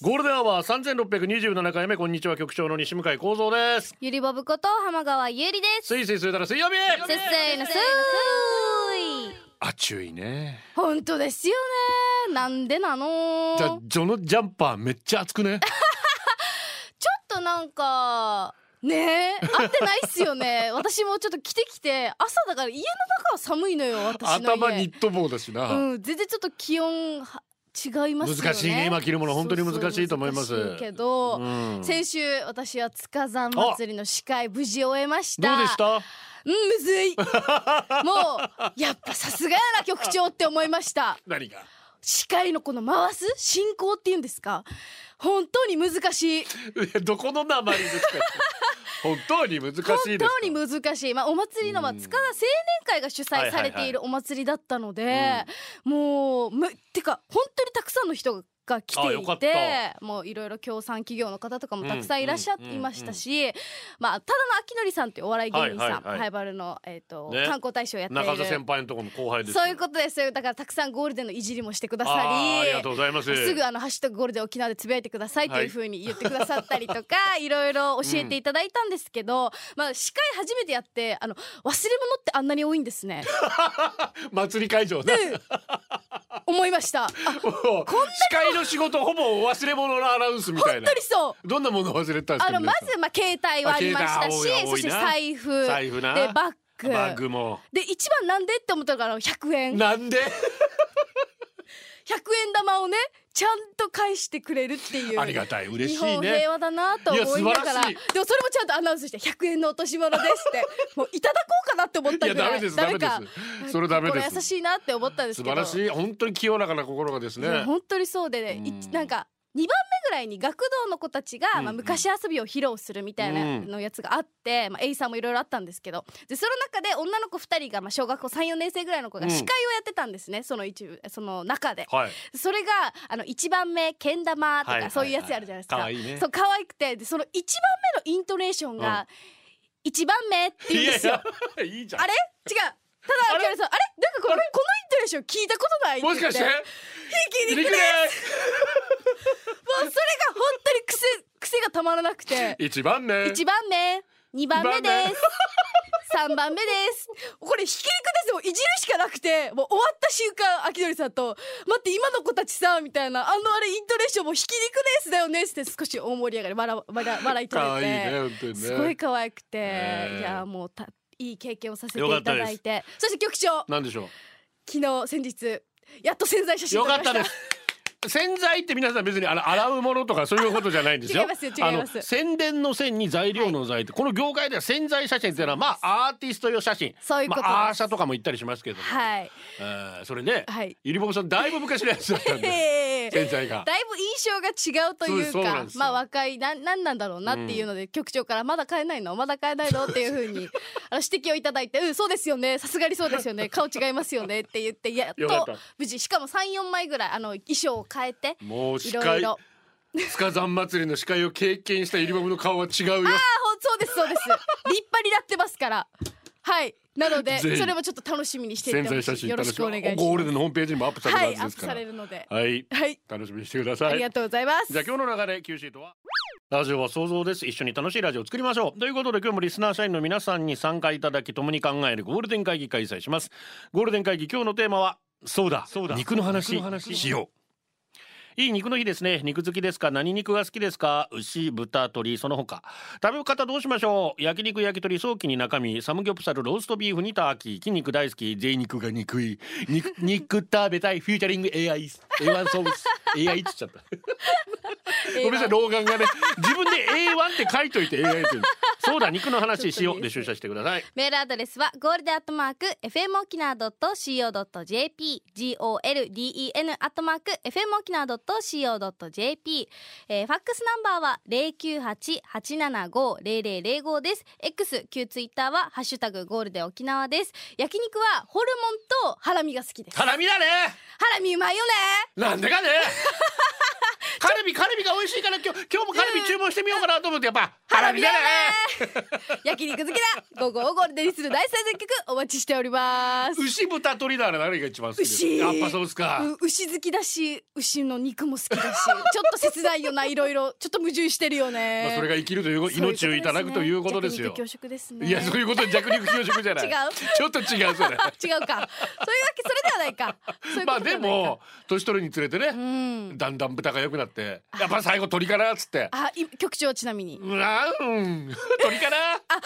ゴールデンアワー三千六百二十七回目こんにちは局長の西向井光三です。ゆりぼぶこと浜川ゆりです。スイスイするたら水曜日。せっせいのすーい。あ注意ね。本当ですよね。なんでなの。じちゃょっジョのジャンパーめっちゃ熱くね。となんか。ねえ、合ってないっす よね。私もちょっと着てきて、朝だから家の中は寒いのよ。私の家。頭ニット帽だしな。うん、全然ちょっと気温は違いますよね。難しいね今着るもの本当に難しいと思いますそうそう難しけど、うん先週私は塚山祭りの司会無事終えました。どうでした？うん、むずい。もう、やっぱさすがやな、局長って思いました。何が？ 司会のこの回す進行っていうんですか本当に難しい。いやどこの名前ですか？ 本当に難しいですか本。当に難しい。まあ、お祭りの、まあ、塚田青年会が主催されているお祭りだったので、もう、む、てか、本当にたくさんの人が来あてよかっいてたもういろいろ協賛企業の方とかもたくさんいらっしゃいましたし、まあただの明則さんっていうお笑い芸人はいはさん、いはいハイバルの、えっとね観光大使をやっている中田先輩のところの後輩ですよ。そういうことですよだからたくさんゴールデンのいじりもしてくださあーありがとうごりざいます。すぐあの「ハッシュタグゴールデン沖縄」でつぶやいてくださいとはいいうふうに言ってくださったりとか、 い、ろいろ教えていただいたんですけど、まあ司会初めてやってあの忘れ物ってあんなに多いんです ね祭り会場ね。思いましたあ本もう司会の仕事ほぼお忘れ物のアナウンスみたいな当。にそうどんなものを忘れてたんですあか？のま皆さんずまあ携帯はありましたあ携帯し多そい多しいてな財布財布なでバッグバッグも。で一番なんでって思ったのがあの100円100なんで？円玉をねちゃんと返してくれるっていうありがたい嬉日しい本平ね。和だなと思いながいやら素晴らしでもそれもちゃんとアナウンスして100円の落とし物ですってもういただこうかなって思ったぐらいいやダメですダメですそれダメです心優しいなって思ったんです素けど晴らしい本当に清らかな心がですいやね。本当にそうで、ね、いうんなんか2番目ぐらいに学童の子たちが、まあ、昔遊びを披露するみたいなのやつがあって、まあ、A さんもいろいろあったんですけどでその中で女の子2人が、まあ、小学校34年生ぐらいの子が司会をやってたんですね、その一部その中で。はい。それがあの1番目けん玉とはいはいはかいそういうやつあるじゃないですか、可愛いねそう可愛くてでその1番目のイントネーションが「1番目」って言うんですよ。いやいいじゃん。あれ違うただあれあれなんかこのこのイントネーション聞いたことないって言もっしてかして？ひリき肉クでもうです。それが本当に癖癖がたまらなくて一番ね。 1番目2番目 です3番目ですこれひき肉ですもういじるしかなくてもう終わった瞬間秋鳥さんと「待って今の子たちさ」みたいなあのあれイントネーションもひき肉ですだよねって少し大盛り上がり笑笑笑い取可愛いねれ本当にてね。すごい可愛くて、ねえいやもうたいい経験をさせていただいてそして局長なんでしょ昨日先日やっと潜在写う。真よ撮かっりましたです。洗剤って皆さん別にあの洗うものとかそういうことじゃないんですよ。違いますよ違いますあの宣伝の線に材料の材って、この業界では宣材写真っていうのはまあアーティスト用写真、そういうことですまあアーシャとかも言ったりしますけども、はいえーそれね、はいゆりぼぼさんだいぶ昔のやつだったん で、ええ洗剤が。だいぶ印象が違うというそうそうなんかですよまあ若いなんなんなんだろうなっていうので、局長から「まだ変えないのまだ変えないの?」っていうふ うにあの指摘をいただいて「うんそうですよねさすがにそうです よね顔違いますよね」って言ってやっよかっとた無事しかも34枚ぐらいあの衣装を変えてもうい司ろい会ろ。塚山祭りの司会を経験したゆりぼぼの顔は違うよ。あほんそうですそうで す立派になってますからはいなのでぜひそれもちょっと楽しみにしてい潜てほ在写しい真よろ楽ししくお願いしみますゴールデンのホームページにもアップされるはいはアずですップからされるので、はいはい楽しみにしてくださあいりがとうございますじゃあ今日の流れ九州とはラジオは想像です一緒に楽しいラジオを作りましょうということで今日もリスナー社員の皆さんに参加いただき共に考えるゴールデン会議開催しますゴールデン会議今日のテーマはそうだ肉の話しよういい肉の日ですね肉好きですか何肉が好きですか牛豚鶏その他食べ方どうしましょう焼肉焼き鳥早期に中身サムギョプサルローストビーフにターキー筋肉大好き贅肉が憎い肉肉食べたいフューチャリング AI A1 ソース AI っつっちゃったごめんなさい老眼がね自分で A1 って書いといて AI って言うんですそうだ肉の話しようちょっとで出社してくださいメールアドレスはゴールデンアットマーク FM 沖縄 .co.jp golden アットマーク FM 沖縄 .co.jp、えー、ファックスナンバーは098-875-0005です X 旧ツイッターはハッシュタグゴールデン沖縄です焼肉はホルモンとハラミが好きですハハラミだねラミうまいよねなんでかね カルビカルビが美味しいから今日今日もカルビ注文してみようかなと思ってやっぱハラミだね焼肉好きだ午後をゴールデンにする大最全曲お待ちしております牛豚鶏だね何が一番好きです牛やっぱそうですかう牛好きだし牛の肉も好きだしち ょっと切ないよないろいろちょっと矛盾してるよね、まあそれが生きるということ命をいただくということですよ弱肉強食ですねいやそういうこと弱肉強食じゃない違うちょっと違うそれ違うかそういうわけそれではないかそういまうこあとでではないかも年取るにつれてうね、んだんだん豚が良くなってやっぱ最後鳥かなっつってあい局長ちなみにうわうん 鳥かなあえー、もう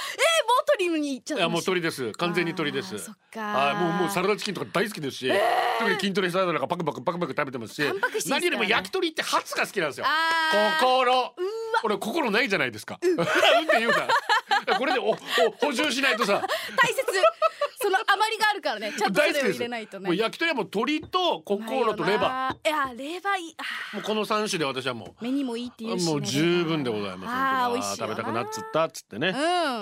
鳥に行っちゃっいたやもう鳥です完全に鳥であーすそっかはいもうもうサラダチキンとか大好きですし、特に筋トレサラダなんかパクパクパクパク食べてますしタンパク質いいですか何らねよりも焼き鳥ってハツが好きなんですよあー心俺心ないじゃないですか、うん、って言うなこれでおお補充しないとさ大切その余りがあるからねちゃんとそ大好れきをで入すれないとねもう焼き鳥はもう鶏と心とレバーいやレバーいいあーもうこの三種で私はもー目にもいいっていううしねもう十分でございあますー美味しいよ食べたくなっつったっつってね、うん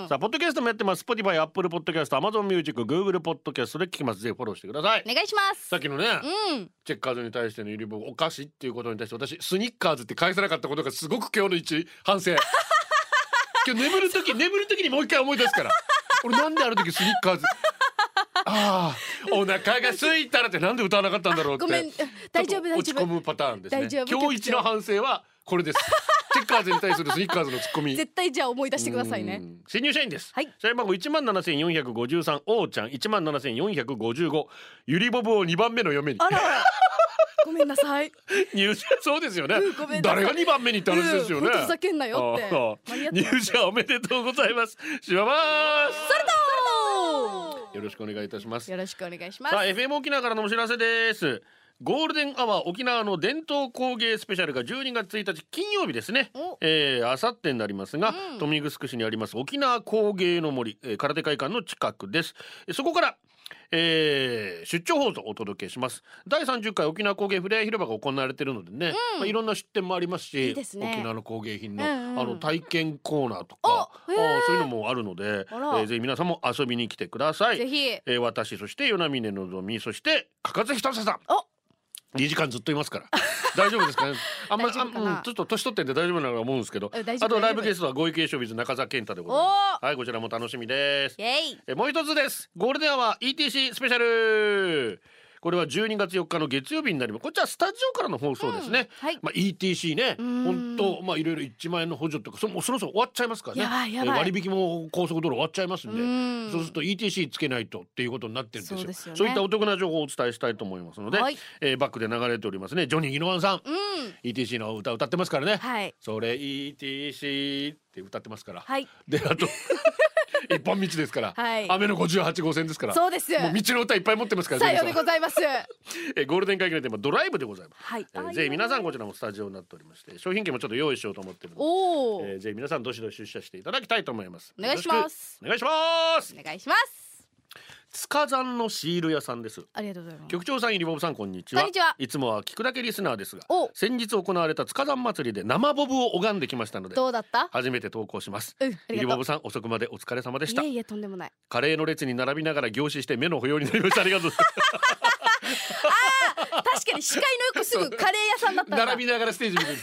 さあポッドキャストもやってます Spotify、Apple Podcast、Amazon Music、Google Podcast で聞きますぜひフォローしてくださいお願いしますさっきのね、うんチェッカーズに対してのユリボお菓子っていうことに対して私スニッカーズって返さなかったことがすごく今日の一反 省今日眠る時眠る時にもう一回思い出すから俺なんである時スニッカーズああお腹が空いたらってなんで歌わなかったんだろうってごめん大丈夫大落丈ち込夫むパターンですね大丈夫今日一の反省はこれですチェッカーズに対するスニッカーズのツッコミ絶対じゃあ思い出してくださいねうん。新入社員です。はい社員番号一万七千四百五十三、おーちゃん一万七千四百五十五。ゆりぼぼを二番目の嫁に。あらあらごめんなさい入社、そうですよねうんごめ。んなさい誰が二番目にって話ですよねうん。ふざけんなよってあー入社おめでとうございます。しばます。よろしくお願いいたします。よろしくお願いしますさあ、FM 沖縄からのお知らせです。ゴールデンアワー沖縄の伝統工芸スペシャルが12月1日金曜日ですねお、えー、あさってになりますが、うん豊見城市にあります沖縄工芸の森、えー、空手会館の近くですえーそこから、えー、出張放送をお届けします第30回沖縄工芸ふれあい広場が行われているのでね、まあ、いろんな出店もありますしいいですね沖縄の工芸品の,、うんうんあの体験コーナーとかあおへーーそういうのもあるので、えあらー、ぜひ皆さんも遊びに来てくださいぜひえー、私そして与那嶺のぞみそしてかかぜひとささんお2時間ずっといます から大丈夫ですかねあんまり大丈夫かなあうんちょっと年取ってんで大丈夫なのか思うんですけどうん大丈夫あと大丈夫ライブゲストは合意継承ビズ中澤健太でございますはいこちらも楽しみですイエイえーもう一つですゴールデンアワー ETC スペシャルこれは12月4日の月曜日になりますこっちはスタジオからの放送ですね、はいまあ ETC ねうん本当まあいろいろ1万円の補助とかそもうそろそろ終わっちゃいますからねやばいやばいえー割引も高速道路終わっちゃいますんでうんそうすると ETC つけないとっていうことになってるんですよそうですよねいったお得な情報をお伝えしたいと思いますので、はいえーバックで流れておりますねジョニー・ギノワンさん、うん ETC の歌歌ってますからね、はいそれ ETC って歌ってますから、はいであと 一本道ですから、はい雨の58号線ですからそうですもう道の歌いっぱい持ってますからさジョニーよさうんでございますえーゴールデン会議のテーマドライブでございます、はいえーぜひ皆さんこちらもスタジオになっておりまして商品券もちょっと用意しようと思ってるので、おおえーぜひ皆さんどしどし出社していただきたいと思いますお願いしますよろしくお願いしますお願いします塚山のシール屋さんですありがとうございます局長さん、ゆりぼぶさん、こんにちは。こんにちはいつもは聞くだけリスナーですがお、先日行われた塚山祭りで生ボブを拝んできましたので、どうだった初めて投稿します。うんあゆりりがぼとうぶさん、遅くまでお疲れ様でしたいえ。いえとんでもないカレーの列に並びながら凝視して目の保養になりました。ありがとうございま確かに視界のよくすぐカレー屋さんだったん す。だ並びながらステージ見てる。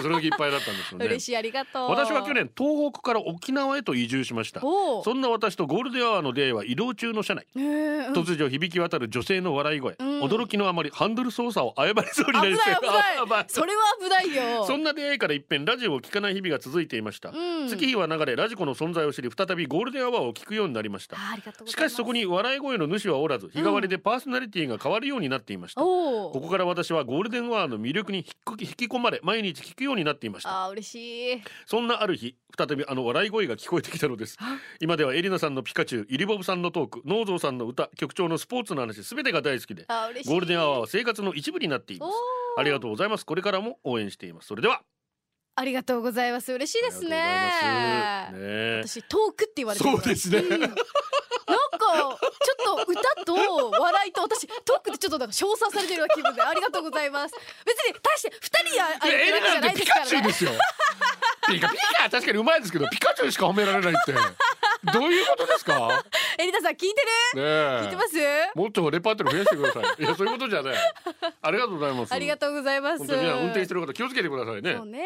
それだけいっぱいだったんですよね。嬉しいありがとう私は去年東北から沖縄へと移住しましたおおそんな私とゴールデンアワーの出会いは移動中の車内突如響き渡る女性の笑い声、ん驚きのあまりハンドル操作を誤りそうに危なないり危そう ないそれは危ないよそんな出会いから一変ラジオを聞かない日々が続いていました、ん月日は流れラジコの存在を知り再びゴールデンアワーを聞くようになりましたあありがとうございますしかしそこに笑い声の主はおらず日替わりでパーソナリティが変わるようになっていました、おこおこから私はゴールデンアワーの魅力に引っこき引き込まれ毎日聞くようになっていましたああ嬉しいそんなある日再びあの笑い声が聞こえてきたのです今ではエリナさんのピカチュウイリボブさんのトークノーゾーさんの歌局長のスポーツの話全てが大好きでああ嬉しいゴールデンアワーは生活の一部になっていますおありがとうございますこれからも応援していますそれではありがとうございます嬉しいですねありがとうございますねえ私トークって言われてるそうですね。なんかちょっと歌と笑いと私トークでちょっとなんか称賛されてるような気分でありがとうございます別に大して二人やあれエてレるわけじなゃんないてでピすかカらチュウねですよ。ピカピカ確かにうまいですけどピカチュウしか褒められないってどういうことですか。エリナさん聞いてねえ。る聞いてますもっとレパートリー増やしてください。いやそういうことじゃない。ありがとうございます。ありがとうございます本当にね運転してる方気をつけてくださいね。そうね危ない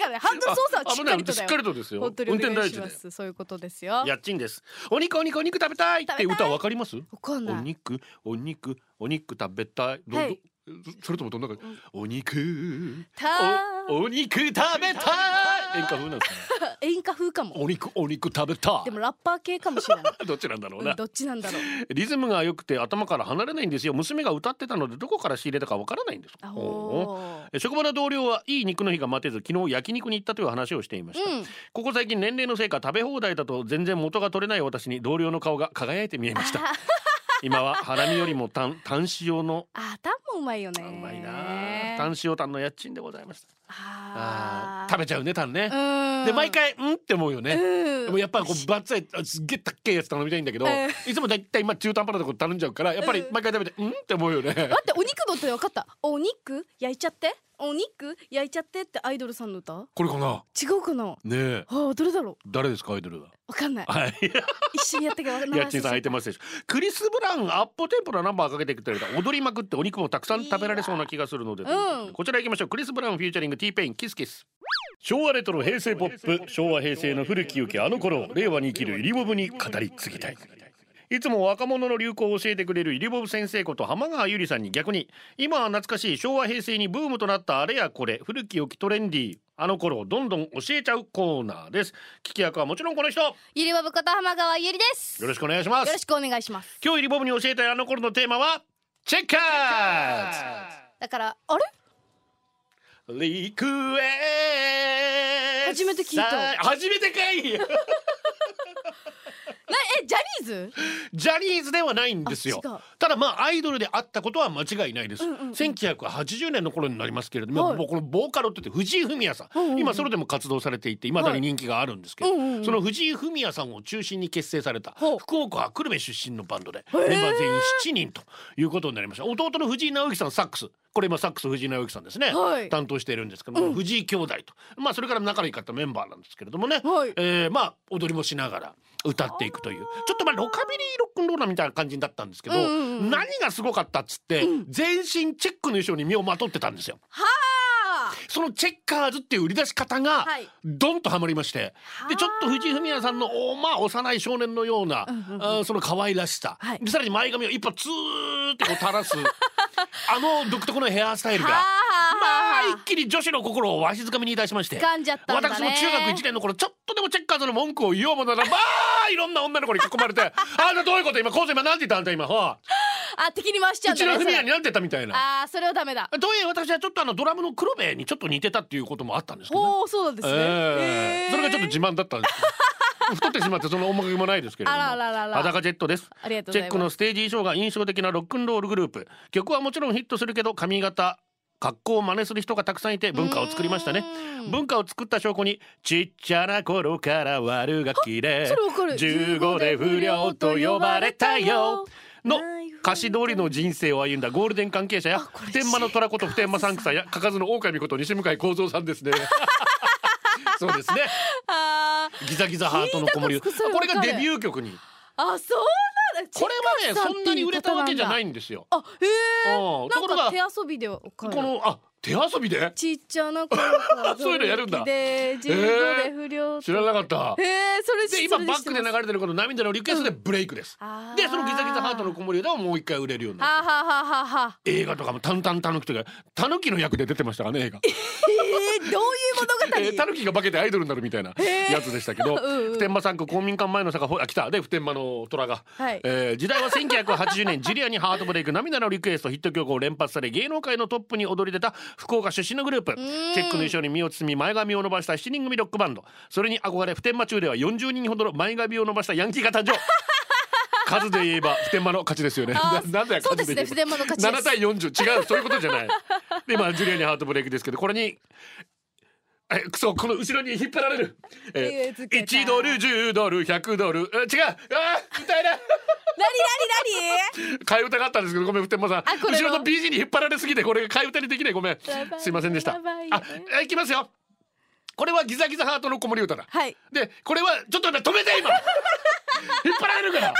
からねハンドル操作はしっかりとあ危ないしだっかよりとですよ。本当にお運転願第い一しでま。すそういうことですよやっちんです。お肉お肉お肉食べたいって歌わかります？わかんおない肉お肉お肉食べたい。どはいどそれともどんな感じ？お肉たおお肉食べたい。演歌風なんですかね。演歌風かもお肉お肉食べたでもラッパー系か もしれないい。どっちなんだろううんなど。っちなんだろうリズムが良くて頭から離れないんですよ。娘が歌ってたのでどこから仕入れたかわからないんです。あおうおーえ職場の同僚はいい肉の日が待てず昨日焼肉に行ったという話をしていました、うんここ最近年齢のせいか食べ放題だと全然元が取れない私に同僚の顔が輝いて見えました今はハラミよりもタンタン塩のあタンもうまいよあねうまいなタン塩タンの家賃でございましたああー食べちゃうねタンね、べで毎回うんって思うよね、うんでもやっぱこうバッツリあすっげえたっけえやつ頼みたいんだけど、ういつもだいたい今中途半端なとこ頼んじゃうからやっぱり毎回食べてうんって思うよね待ってお肉のって分かったお肉焼いちゃってお肉焼いちゃってってアイドルさんの歌これかな違うかなねえあーどれだろう誰ですかアイドルはわかんないはい一緒にやったけどわかんない家賃さん空いてますでしょクリス・ブラウンアップテンポなナンバーかけてくれた踊りまくってお肉もたくさん食べられそうな気がするのでいいわうんこちら行きましょうクリス・ブラウンフューチャリング T ペインキスキス昭和レトロ平成ポップ昭和平成の古き良きあの頃令和に生きるイリボブに語り継ぎたいいつも若者の流行を教えてくれるイリボブ先生こと浜川ゆりさんに逆に今は懐かしい昭和平成にブームとなったあれやこれ古き良きトレンディーあの頃をどんどん教えちゃうコーナーです聞き役はもちろんこの人よゆりぼぶこと浜川ゆりですよろしくお願いしますろしくお願いします今日イリボブに教えたいあの頃のテーマはチェッカーだからあれズリクエス初めて聞いたさあ初めてかいなえジャニーズジャニーズではないんですよあ違うただまあアイドルであったことは間違いないです、うんうんうん1980年の頃になりますけれども、はいもうこのボーカロって言って藤井フミヤさん、うんうんうん今ソロでも活動されていて未だに人気があるんですけど、うんうんうんその藤井フミヤさんを中心に結成されたほう福岡久留米出身のバンドでメンバー全員7人ということになりました弟の藤井直之さんサックスこれ今サックス藤井直之さんですね、はい担当しているんですけども、藤井兄弟とまあそれから仲の良かったメンバーなんですけれどもね、はいえーまあ踊りもしながら歌っていくというちょっとまあロカビリーロックンローラーみたいな感じだったんですけど、うんうんうん何がすごかったっつって、全身チェックの衣装に身をまとってたんですよ。あそのチェッカーズっていう売り出し方がはいドンとはまりまして、でちょっと藤井フミヤさんのおまあ幼い少年のような、うんうんうんあーその可愛らしさ、はいでさらに前髪を一発ツーってこう垂らすあ の独特のヘアスタイルがまあは一気に女子の心をわしづかみにいたしまして。掴んじゃったんだね私も中学1年の頃ちょっとでもチェッカーズの文句を言おうものな らばあいろんな女の子に囲まれてあんたどういうこと今こうせ今なんて言ったあんた今はあ敵に回しちゃううんだちねのフミヤそれになんて言ったみたいなあーそれはダメだとはいえ私はちょっとあのドラムの黒部にちょっと似てたっていうこともあったんですけどね、おおそうなんですねえへえーそれがちょっと自慢だったんです けど太ってしまってその面影もないですけれどもあらららら裸ジェットですありがとうチごェッざいクまのすステージ衣装が印象的なロックンロールグループ曲はもちろんヒットするけど髪型格好を真似する人がたくさんいて文化を作りましたねうん文化を作った証拠にちっちゃな頃から悪ガキでそれわかる15で不良と呼ばれたよの歌詞通りの人生を歩んだゴールデン関係者やあこ普れ天間の虎こと普天間三草やかかずの狼こと西向井幸三さんです ねそうですねあーギザギザハートの子守聞いたことそれこれがわかるデビュー曲にあそうなんだこれはねチェッカーズさそんなに売れたわけじゃないっていうんですよう方なんだあへえうんところなんかが手遊びでわかるこのあ手遊びでちっちゃな頃か らそういうのやるんだで15で不良知らなかったへえそれで今バックで流れてるこの涙のリクエストでブレイクですあーでそのギザギザハートの子守歌をもう一回売れるようになったはあはあはあはあはあ映画とかも「タンタンタヌキ」とかタヌキの役で出てましたからね映画えー、どういう え物ー語タヌキが化けてアイドルになるみたいなやつでしたけどうんうん普天間産区公民館前の坂ほあ来たで普天間の虎が、はいえー時代は1980年ジュリアにハートブレイク涙のリクエストヒット曲を連発され芸能界のトップに躍り出た福岡出身のグループチェックの衣装に身を包み前髪を伸ばした7人組ロックバンドそれに憧れ普天間中では40人ほどの前髪を伸ばしたヤンキーが誕 生数で言えば普天間の勝ちですよね。あーななんだよそう数ですでね言えば普天間の勝ちです7対40違うそういうことじゃない。でまあジュリアにハートブレイクですけどこれにえくそこの後ろに引っ張られる、ええーー、1ドル10ドル100ドルあ違うあー歌えない替え歌があったんですけどごめんふてんもさんあこれ後のろの BG に引っ張られすぎてこれ替え歌にできないごめんやばいすいませんでしたやばいあえいきますよこれはギザギザハートの子守歌だはいでこれはちょっと待って止めて 今引っ張られるから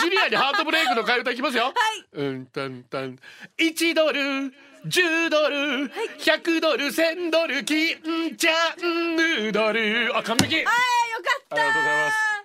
ジュリアにハートブレイクの替え歌いきますようんたんたん1ドル10ドル100ドル1000ドル金ちゃんヌードルあ完璧あーよかった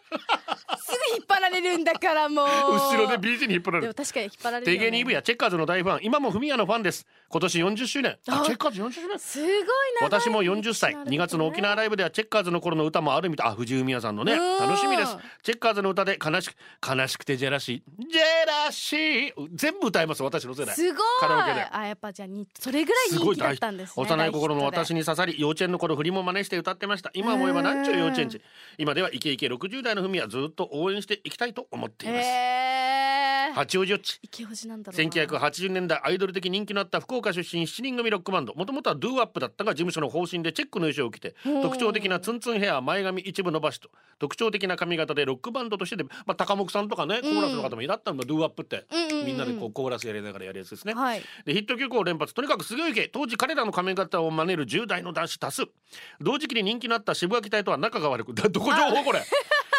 すぐ引っ張られるんだからもう後ろで BG に引っ張られでるも確かに引っ張られる定よね芸にイブやチェッカーズの大ファン今もフミヤのファンです今年40周年ああチェッカーズ40周年すごいな私も40歳2月の沖縄ライブではチェッカーズの頃の歌もあるみたいあ藤井美也さんのねうん楽しみですチェッカーズの歌で悲しく悲しくてジェラシージェラシー全部歌います私の世代すごいカラオケであやっぱじゃあにそれぐらい人気だったんですね幼い心の私にに刺さり幼稚園の頃振りも真似して歌ってました今思えばなんちゅう幼稚園児今ではイケイケ60代のフミヤずっと応援していきたいと思っています、えー八王子よっち池星なんだろうな1980年代アイドル的人気のあった福岡出身7人組ロックバンドもともとはドゥーアップだったが事務所の方針でチェックの衣装を着てうん特徴的なツンツンヘア前髪一部伸ばしと特徴的な髪型でロックバンドとしてで、まあ、高木さんとかねコーラスの方もいらったのドゥーアップって、うんうんうんうんみんなでこうコーラスやりながらやるやつですね。はいでヒット曲を連発とにかくすごい受け当時彼らの髪型を真似る10代の男子多数同時期に人気のあった渋垣隊とは仲が悪くだどこ情報 これ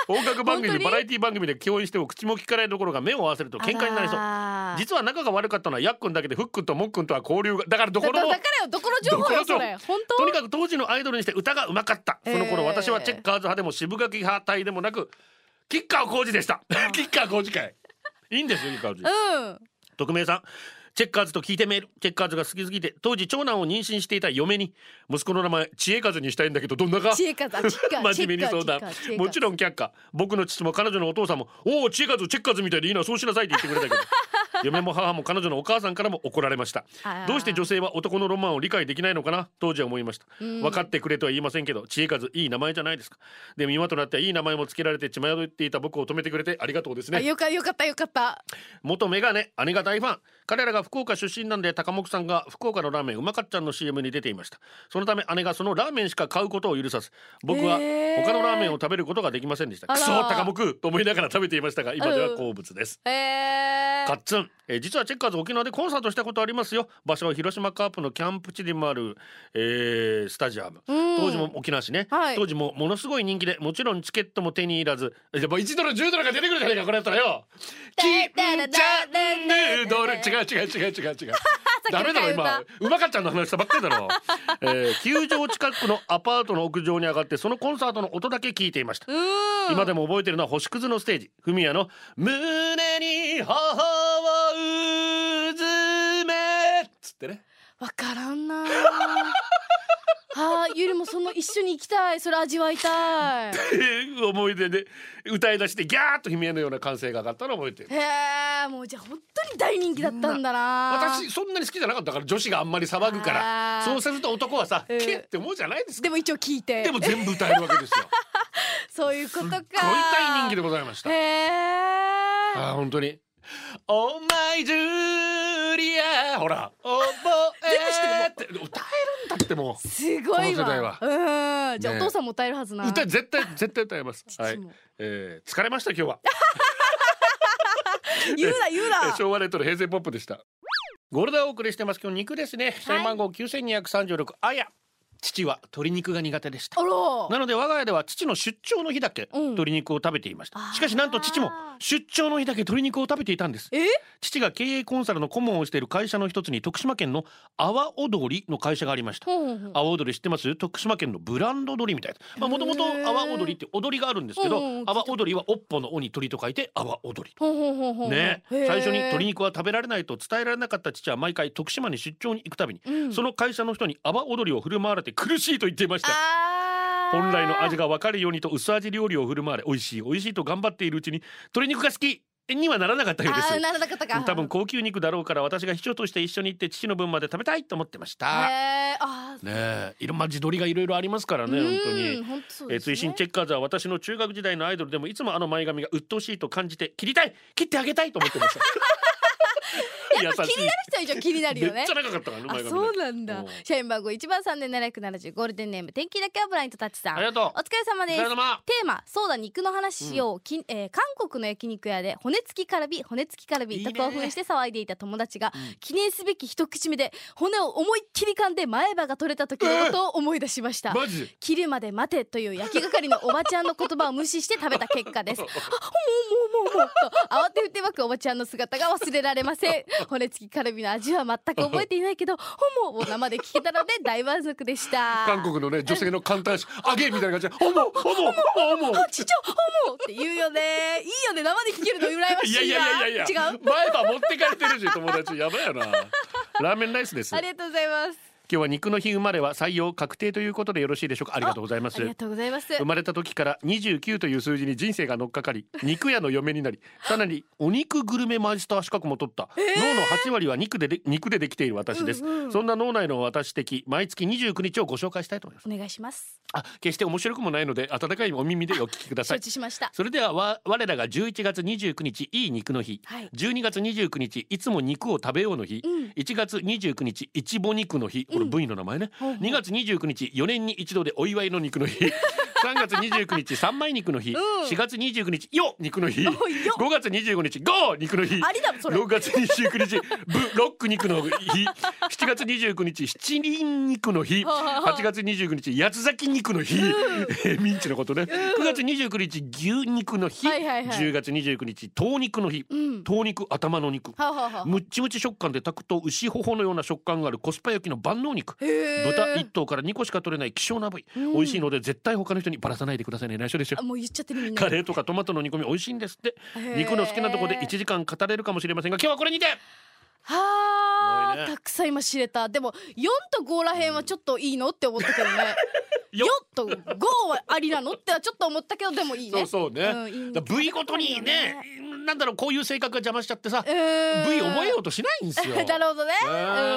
音楽番本当組にバラエティ番組で共演しても口も聞かないどころが目を合わせると喧嘩になりそうあらー実は仲が悪かったのはヤックンだけでフックンとモックンとは交流がだからどこだろだもだからよどころ情報よどころ情報それ本当とにかく当時のアイドルにして歌がうまかったその頃えー私はチェッカーズ派でも渋垣派隊でもなくキッカー工事でした キッカー工事会いいんですよキッカー工事うん匿名さんチェッカーズと聞いてメールチェッカーズが好きすぎて当時長男を妊娠していた嫁に息子の名前知恵風にしたいんだけどどんなか知恵風 あチェッカー真面目に相談チェッカーチェッカーもちろん却下僕の父も彼女のお父さんも「おお知恵風チェッカーズみたいでいいなそうしなさい」って言ってく れたけど嫁も母も彼女のお母さんからも怒られましたあーどうして女性は男のロマンを理解できないのかな当時は思いました、ん分かってくれとは言いませんけど知恵風いい名前じゃないですかでも今となってはいい名前も付けられて血迷っていた僕を止めてくれてありがとうですあねよかよかったよかった元メガネ姉が大ファン彼らが福岡出身なんで高木さんが福岡のラーメンうまかっちゃんの CM に出ていましたそのため姉がそのラーメンしか買うことを許さず僕はえー他のラーメンを食べることができませんでした、あらクソ高木と思いながら食べていましたが今では好物です、えカッツン、えー実はチェッカーズ沖縄でコンサートしたことありますよ場所は広島カープのキャンプ地にもある、えースタジアム、うん当時も沖縄市ね、はい当時もものすごい人気でもちろんチケットも手に入らずえじゃあもう1ドル10ドルが出てくるじゃないかこれやったらよキンちゃんヌードル違う違う違う違う違 うダメだろ今うまかっちゃんの話したばっかりだろ、えー球場近くのアパートの屋上に上がってそのコンサートの音だけ聞いていましたうん今でも覚えてるのは星屑のステージフミヤの「胸に母をうずめ」っつってね わからんなああーゆりもその一緒に行きたいそれ味わいたい思い出で歌い出してギャーッと悲鳴のような歓声が上がったのを覚えてるへえもうじゃあ本当に大人気だったんだな私そんなに好きじゃなかったから女子があんまり騒ぐからあーそうすると男はさ「うんけ」って思うじゃないですかでも一応聞いてでも全部歌えるわけ ですよそういうことかごい大人気でございましたへえあー本当に「お前ジュリア」ほら「覚えて」って歌えるんだってもう。すごいこの世代わはうんじゃあおね父さんも歌えるはず な歌絶対絶対歌えます。はいも、えー、疲れました今日は。言うな言うなえー昭和レトロ平成ポップでした。ゴールドをお送りしてます。今日肉ですね。社員番号九千二百三十六。あや。父は鶏肉が苦手でしたあ。らなので我が家では父の出張の日だけうん鶏肉を食べていました、あーしかしなんと父も出張の日だけ鶏肉を食べていたんですえ父が経営コンサルの顧問をしている会社の一つに徳島県の阿波踊りの会社がありましたほんほんほん阿波踊り知ってます徳島県のブランド踊りみたいなもともとへー阿波踊りって踊りがあるんですけどうんうん阿波踊りはおっぽの「お」に鳥と書いて阿波踊りほんほんほんほんねへー最初に鶏肉は食べられないと伝えられなかった父は毎回徳島に出張に行くたびに、うんその会社の人に阿波踊りを振る舞われて苦しいと言っていましたあー本来の味が分かるようにと薄味料理を振る舞われ美味しい美味しいと頑張っているうちに鶏肉が好きにはならなかったようであーすならなかったか多分高級肉だろうから私が秘書として一緒に行って父の分まで食べたいと思ってましたねへえあーえいろんな自撮りがいろいろありますからね本当うんに本当そうえーです追ね伸チェッカーズは私の中学時代のアイドルでもいつもあの前髪が鬱陶しいと感じて切りたい切ってあげたいと思ってました やっぱ気になる人以上気になるよめねっちゃ長かったからねあ前髪そうなんだうん社員番号1番3770ゴールデンネーム天気だけはブラインドタッチさんありがとうお疲れ様お疲でれす様テーマ「そうだ肉の話しよう」きえー韓国の焼肉屋で骨付きカルビ骨付きカルビいいねと興奮して騒いでいた友達がうん記念すべき一口目で骨を思いっきり噛んで前歯が取れた時のことを思い出しました。マジ切るまで待てという焼き係のおばちゃんの言葉を無視して食べた結果です。あもうもうもうもうと慌てふてまくおばちゃんの姿が忘れられません。骨付きカルビの味は全く覚えていないけど、ホモを生で聞けたので大満足でした。韓国のね女性の簡単しあげみたいな感じでホモホモホモちっちゃホモって言うよねいいよね生で聞けるの羨ましいいやわいやいやいやいや違う前歯持ってかれてるし友達やばいよなラーメンライスですあ今りがとうございます。日は肉の日生まれは採用確定ということでよろしいでしょうかありがとうございまあすりがとうございます。生まれた時から29という数字に人生が乗っかか り肉屋の嫁になりさらにお肉グルメマイスター資格も取った、脳の8割は肉でで肉でできている私です、そんな脳内の私的毎月29日をご紹介したいと思いますお願いします。あ決して面白くもないので温かいお耳でお聞きくださ承い知しました。それではわ我らが11月29日いい肉の日、はい。 12月29日いつも肉を食べようの日、うん。 1月29日いちぼ肉の日これうん部位の名前ね、ほうほう2月29日4年に一度でお祝いの肉 の日3月29日三枚肉の日、ん4月29日よ肉の日5おいよ月25日ゴー肉の日 ありだもんそれ6月29日 ブロック肉の日7月29日七輪肉 の日8月29日八つ咲き肉の日、ミンチのことね9月29日牛肉の日、はいはいはい10月29日頭肉の日うん。頭肉頭の肉はあ、はあはあむっちむち食感で炊くと牛頬のような食感があるコスパ焼きの万能肉へー豚1頭から2個しか取れない希少な部位、うん美味しいので絶対他の人にばらさないでくださいね内緒ですよあもう言っちゃってるみんなカレーとかトマトの煮込み美味しいんですってへー肉の好きなところで1時間語れるかもしれませんが今日はこれにてはあ、すごいねたくさん今知れたでも4と5らへんはちょっといいのって思ったけど ね4と5はありなのってはちょっと思ったけどでもいいねそうねうんいいねだから部位ごとにねなんだろうこういう性格が邪魔しちゃってさうーん部位覚えようとしないんで すよなるほどねねう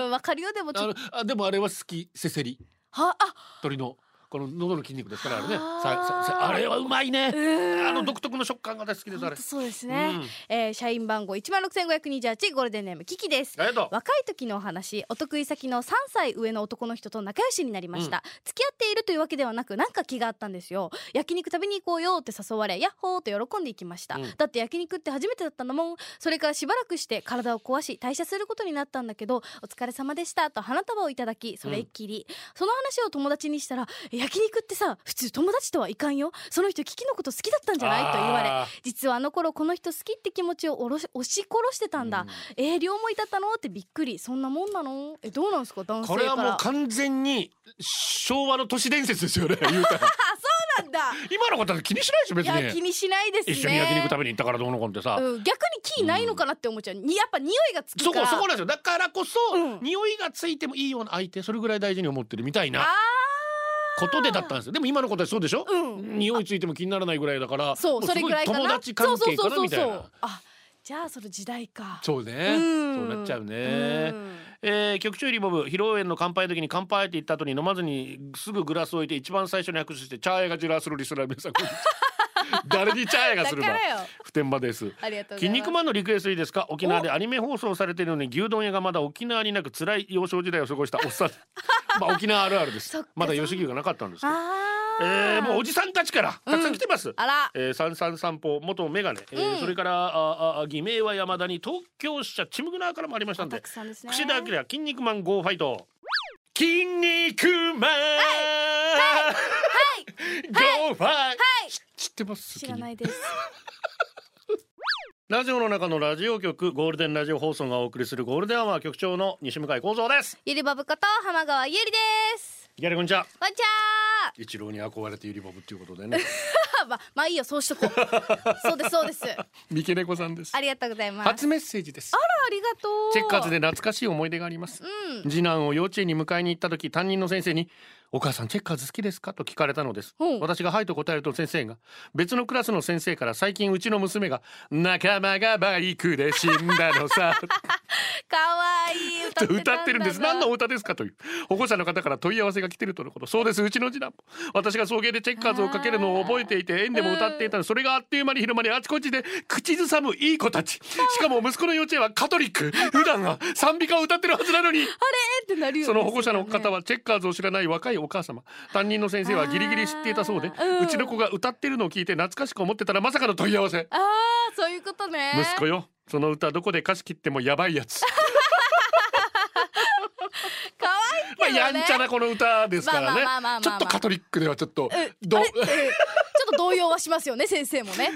んわかるよでもちあょっのとあでもあれは好きせせりはあ鳥のこの喉の筋肉ですからあれねあーさささあれはうまいねんあの独特の食感が大好きですあほんれとそうですね、えー社員番号16,528ゴールデンネームキキですありがとう若い時のお話お得意先の3歳上の男の人と仲良しになりました、付き合っているというわけではなくなんか気があったんですよ焼肉食べに行こうよって誘われヤッホーと喜んでいきました、うんだって焼肉って初めてだったんだもんそれからしばらくして体を壊し退社することになったんだけどお疲れ様でしたと花束をいただきそれっきり、その話を友達にしたら焼肉ってさ普通友達とはいかんよその人キキのこと好きだったんじゃないと言われあ実はあの頃この人好きって気持ちをおろし押し殺してたんだ、えー、両思いだったのってびっくりそんなもんなのえどうなんですか男ー性かこられはもう完全に昭和の都市伝説ですよね言 うたらなんだ今のことは気にしないでしょ別いや気ににしないですね一緒に焼肉食べに行ったからどうのこうのってさ、うん、逆にキーないのかなって思っちゃう、にやっぱ匂いがつくそかこらそこなんですよだからこそ、うん匂いがついてもいいような相手それぐらい大事に思ってるみたいあなことでだったんですよでも今のことはそうでしょ、ーうん匂いついても気にならないぐらいだからそもうすそごれぐらいかな友達関係かそうそうなそうみたいそなうあじゃあその時代かそうねうんそうなっちゃうね、うんえー局長リボブ披露宴の乾杯の時に乾杯って言った後に飲まずにすぐグラスを置いて一番最初に握手してチャーヤがジュラーするリスナーの皆さんこんにち は誰にチャーヤがだすかるからよ普天間ですありがとうござ筋います肉マンのリクエストいいですか沖縄でアニメ放送されているのに牛丼屋がまだ沖縄になく辛い幼少時代を過ごしたおっさんまあ沖縄あるあるですそっかまだ吉牛がなかったんですけど、あえーーもうおじさんたちからたくさん来てます、あらえー、三三三歩元メガネ、えーそれからあああ偽名は山田に東京支社チムグナーからもありましたんたでくさんですね串田明筋肉マンゴーファイト筋肉マンゴーファイ知ってます知らないですラジオの中のラジオ局ゴールデンラジオ放送がお送りするゴールデンアワー局長の西向井光三ですゆりばぶこと浜川ゆりですギャルこんにちはこんにちは一郎に憧れてゆりぼぶということで ねあ ままあいいよそうしとこうそうですそうです三毛猫さんですありがとうございます初メッセージですありがとうチェッカーズで懐かしい思い出があります、次男を幼稚園に迎えに行った時担任の先生にお母さんチェッカーズ好きですかと聞かれたのですほう私がはいと答えると先生が別のクラスの先生から最近うちの娘が仲間がバイクで死んだのさかわいい歌とって歌ってるんです何のお歌ですかという保護者の方から問い合わせが来てるとのことそうですうちの次男も私が送迎でチェッカーズをかけるのを覚えていて園でも歌っていたのそれがあっという間に広まりあちこちで口ずさむいい子たちしかも息子の幼稚園はカトリック普段は賛美歌を歌ってるはずなのにってなるよねその保護者の方はチェッカーズを知らない若いお母様担任の先生はギリギリ知っていたそうで、あーうんうちの子が歌ってるのを聞いて懐かしく思ってたらまさかの問い合わせああそういうことね息子よその歌どこで歌詞切ってもやばいやつかわいいまあけどねや んちゃなこの歌ですからねまあまあまあまあまあまあちょっとカトリックではちょっとうんどうあれ ってちょっと動揺はしますよね先生 もね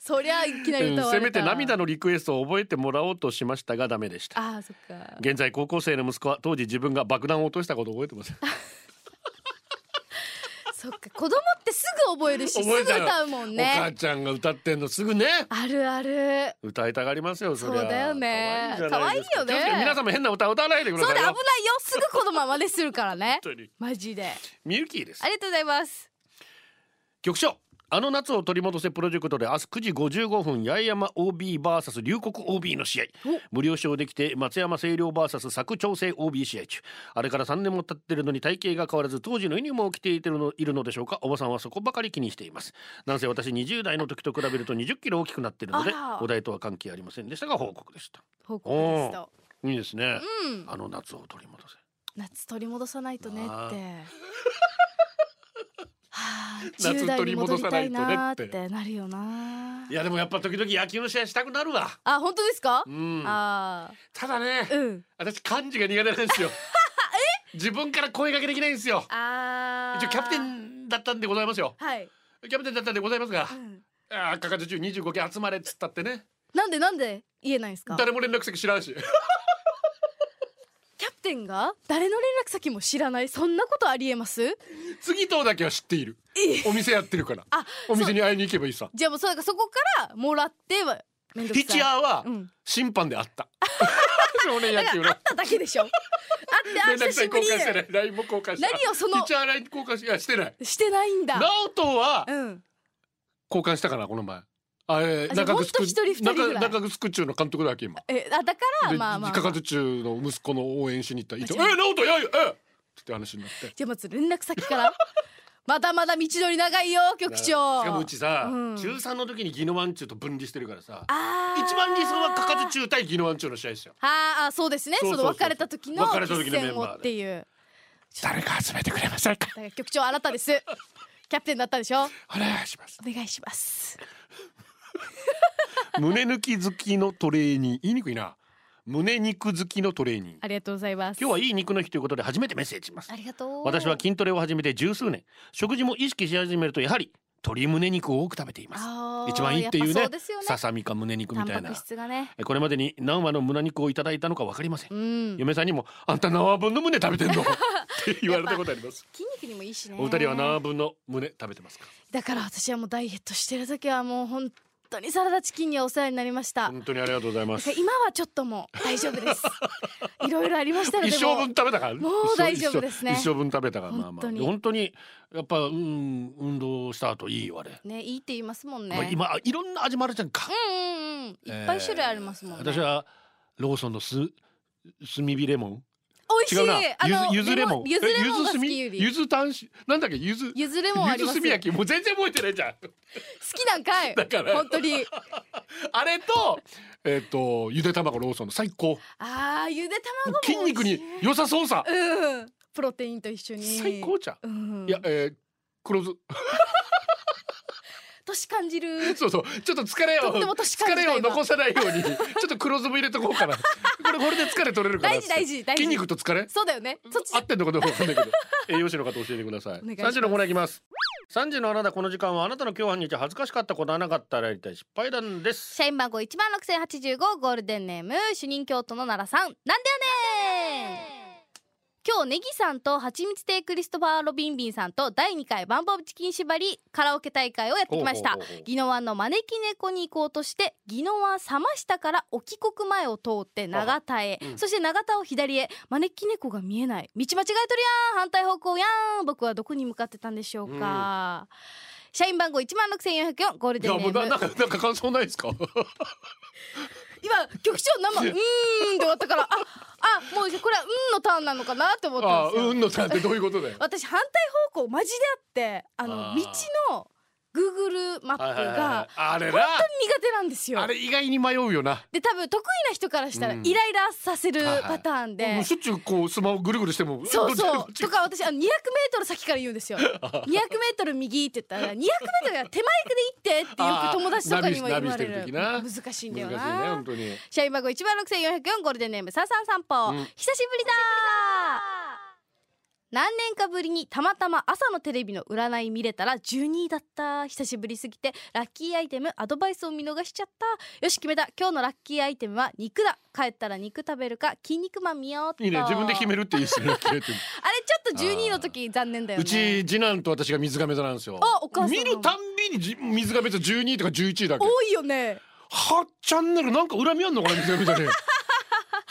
そりゃいきなりうん歌わせれたらめて涙のリクエストを覚えてもらおうとしましたがダメでしたああそっか現在高校生の息子は当時自分が爆弾を落としたことを覚えてますそっか子供ってすぐ覚えるしすぐ覚えちゃう歌うもおん母ねちゃんが歌ってんのすぐねあるある歌いたがりますよそりゃそうだよね可愛いじゃなです可愛いよね気をつけて皆さんも変な歌を歌わないでくだそさういだよ危ないよすぐ子供は真似するからね本当にマジでみゆきーですありがとうございます局長あの夏を取り戻せプロジェクトで明日9時55分八重山 OBVS 龍谷 OB の試合無料賞できて松山清涼 VS 佐久長聖 OB 試合中あれから3年も経ってるのに体型が変わらず当時のユニフォームを着ていてるのいるのでしょうかおばさんはそこばかり気にしていますなんせ私20代の時と比べると20キロ大きくなってるのであらお題とは関係ありませんでしたが報告でした報告でしたいいですね、うんあの夏を取り戻せ夏取り戻さないとねってなあ。はあ、夏10代取にり戻戻さりたないいとねなーっっててなるよないやでもやっぱ時々野球の試合したくなるわあ、本当ですかう？んあただねあ、うん。私漢字が苦手なんです よ自分から声掛けできないんですよああ。一応キャプテ。ンだったんでございますよはい。キャプテンだったんでございますが、うんああかかず中25件集まれっつったってねなんでなんで言えないんですか？誰も連絡先知らんし キャプテンが誰の連絡先も知らない。そんなことありえます？次等だけは知っているお店やってるからあ、お店に会いに行けばいいさじゃあもうそうだからそこからもらってはめんどくさい。ヒチアーはうん。審判で会った 少年野球のあっただけでしょ。あってあ連久絡先し交換ぶりしてない LINE も交換してない何をそのヒチアー LINE 交換しいやしてないしてないんだ。直人はうん。交換したかなこの前あれあじゃあ中もっと城一人二人ぐらい中城中の監督だっけ今え、あだからまあまあまあ。かかず中の息子の応援しに行ったら一応「まあえ直人やいええって話になってじゃあまず連絡 先から。まだまだ道のり長いよ局長。しかもうちさ、うん中三の時に宜野湾中と分離してるからさあー一番理想はかかず中対宜野湾中の試合ですよあーあーそうですね。そうそそうのそう別れた時の別れた時決のメン戦をバーでっていう。誰か集めてくれませんかだから局長あな たです。キャプテンだったでしょ。おお願いします願いします。胸抜き好きのトレーニー言いにくいな胸肉好きのトレーニーありがとうございます。今日はいい肉の日ということで初めてメッセージしますありがとう私は筋トレを始めて十数年食事も意識し始めるとやはり鶏胸肉を多く食べていますあー一番いいっていうやっぱねそうですよねささみか胸肉みたタンいパなク質がねこれまでに何羽の胸肉をいただいたのかわかりません、うん。嫁さんにも「あんた何羽分の胸食べてん の? 」って言われたことあります筋肉にもいいしねお二人は何羽分の胸食べてますかだから私はもうダイエットしてる時はもう本当にサラダチキンにはお世話になりました。本当にありがとうございまだすから今はちょっともう大丈 夫です。いろいろありましたらで一も。生分食べたからもう大丈夫ですね一生一生分食べたからまあまあ本当に本当にやっぱうん運動した後いいよあれ、ねいいって言いますもんね。まあ、今いろんな味もあるじゃんか、うんうんうん。いっぱい種類ありますもんね。えー私はローソンのす炭火レモン美味しい違うなあのゆずゆずレモンゆずレモンえが好炭きよりゆず炭しなんだっけゆずゆずレモンありゆまずす炭焼きもう全然覚えてないじゃん好きなんかいだから本当にあれとえっ、とゆで卵ローソンの最高あーゆで卵も筋肉に良さそうさ美味しいうんプロテインと一緒に最高じゃん、うんいやえー黒酢年感じ るそうそうちょっと疲れとをっても年感疲じたれを今残さないようにちょっと黒酢も入れとこうか なこれこれで疲れ取れるから大事大事大事筋肉と疲れそうだよねそっち合ってんのかどうかわかんないけ ど栄養士の方教えてくださいお願いします3時のコーナーいきます3時のあなたこの時間はあなたの今日半日恥ずかしかったことはなかったらやりたい失敗談です社員番号一万六千八十五ゴールデンネーム主任教徒の奈良さんなんでやねん今日ネギさんとはちみつ亭クリストファー・ロビンビンさんと第2回バンボブチキン縛りカラオケ大会をやってきましたほうほうほう宜野湾の招き猫に行こうとして宜野湾冷ましたから沖国前を通って長田へ、うんそして長田を左へ招き猫が見えない道間違えとるやん反対方向やん僕はどこに向かってたんでしょうか、社員番号1万6404ゴールいデやンネもうなーなんムかなんか感想ないですか今局長生うーんで終わったからああもうこれはうんのターンなのかなって思ったあんですよ運の差ってどういうことだよ私反対方向マジであってあのあー道の Google マップはいはいはいがあれな苦手なんですよあれ意外に迷うよなで多分得意な人からしたらうんイライラさせるはいはいパターンで、もうしょっちゅうこうスマホぐるぐるしてもそうそどっうちどとっちか私あの200メートル先から言うん ですよ200メートル右って言ったら200メートルが手前で行ってってよあーく友達とかにも 言ナビわしてれるる時な難しいんだよ難しいねな本当に社員番号1万6404ゴールデンネーム三三散歩、うん久しぶりだ何年かぶりにたまたま朝のテレビの占い見れたら12位だった久しぶりすぎてラッキーアイテムアドバイスを見逃しちゃったよし決めた今日のラッキーアイテムは肉だ帰ったら肉食べるか筋肉マン見ようっといいね自分で決めるっていいですね決めてあれちょっと12位の時残念だようねち次男と私が水亀座なんですよあお母さんの見るたんびにじ水亀座12位とか11位だっけ多いよねはチャンネルなんか恨みあんのかな水亀座 に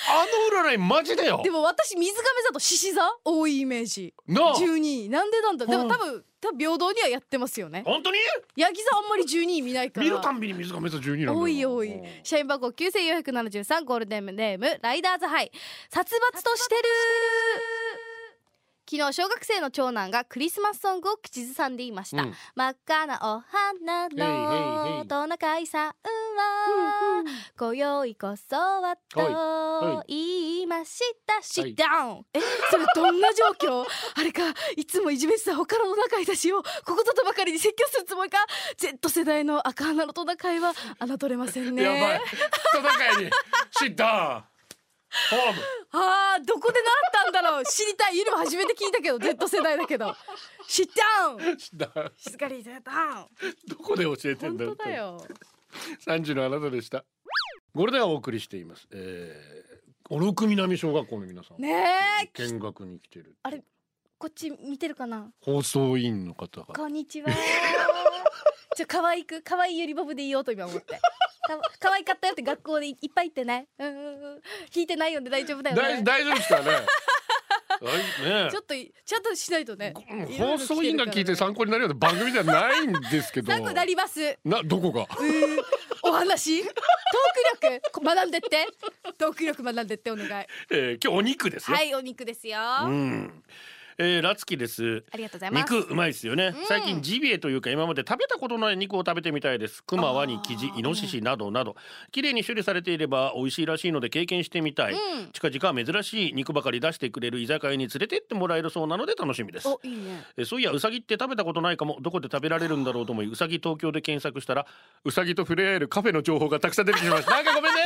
あの占いマジだよでも私水亀座と獅子座多いイメージなあ12位なんでなんだでうんも多分多分平等にはやってますよね本当に八木座あんまり12位見ないから見るたんびに水亀座12位なんだよ多い多い社員番号9473ゴールデンネームライダーズハイ殺伐としてる昨日小学生の長男がクリスマスソングを口ずさんでいました、うん真っ赤なお花へいへいへのいトナカイさんは今宵こそはと言いましたシッダウンえそれどんな 状況あれかいつもいじめてた他のお仲いたちをここととばかりに説教するつもりか Z 世代の赤花のトナカイは侮れませんねやばい戦いにシッターホームあーどこで習ったんだろう知りたいゆるも初めて聞いたけど Z 世代だけどシッダウ ンシッター静かにシッダウンどこで教えて本んだ当だよ三時のあなたでしたこれではお送りしていますえー、小六南小学校の皆さん、ねえ見学に来てるあれこっち見てるかな放送委員の方がこんにち は。ちょ可愛く可愛いゆりボブでいようと今思って。か可愛かったよって学校でいっぱい言ってない。うんうんうん。弾いてないよね大丈夫だよ大ね。大丈夫ですかね大ねちょっといちゃんとしないとねいろいろ放送委員が聞いて参考になるような番組じゃないんですけど参考になりますなどこがうーお話トーク力こ学んでってトーク力学んでってお願いえー、今日お肉ですよ、はいお肉ですよ。うあんえー、ラツキですりがとうございます。肉うまいですよね、うん最近ジビエというか今まで食べたことない肉を食べてみたいですクマワニキジイノシシなどなど綺麗に処理されていれば美味しいらしいので経験してみたい、うん。近々珍しい肉ばかり出してくれる居酒屋に連れてってもらえるそうなので楽しみですおいいね。えそういやウサギって食べたことないかもどこで食べられるんだろうと思いウサギ東京で検索したらウサギと触れ合えるカフェの情報がたくさん出てきましたなんかごめんね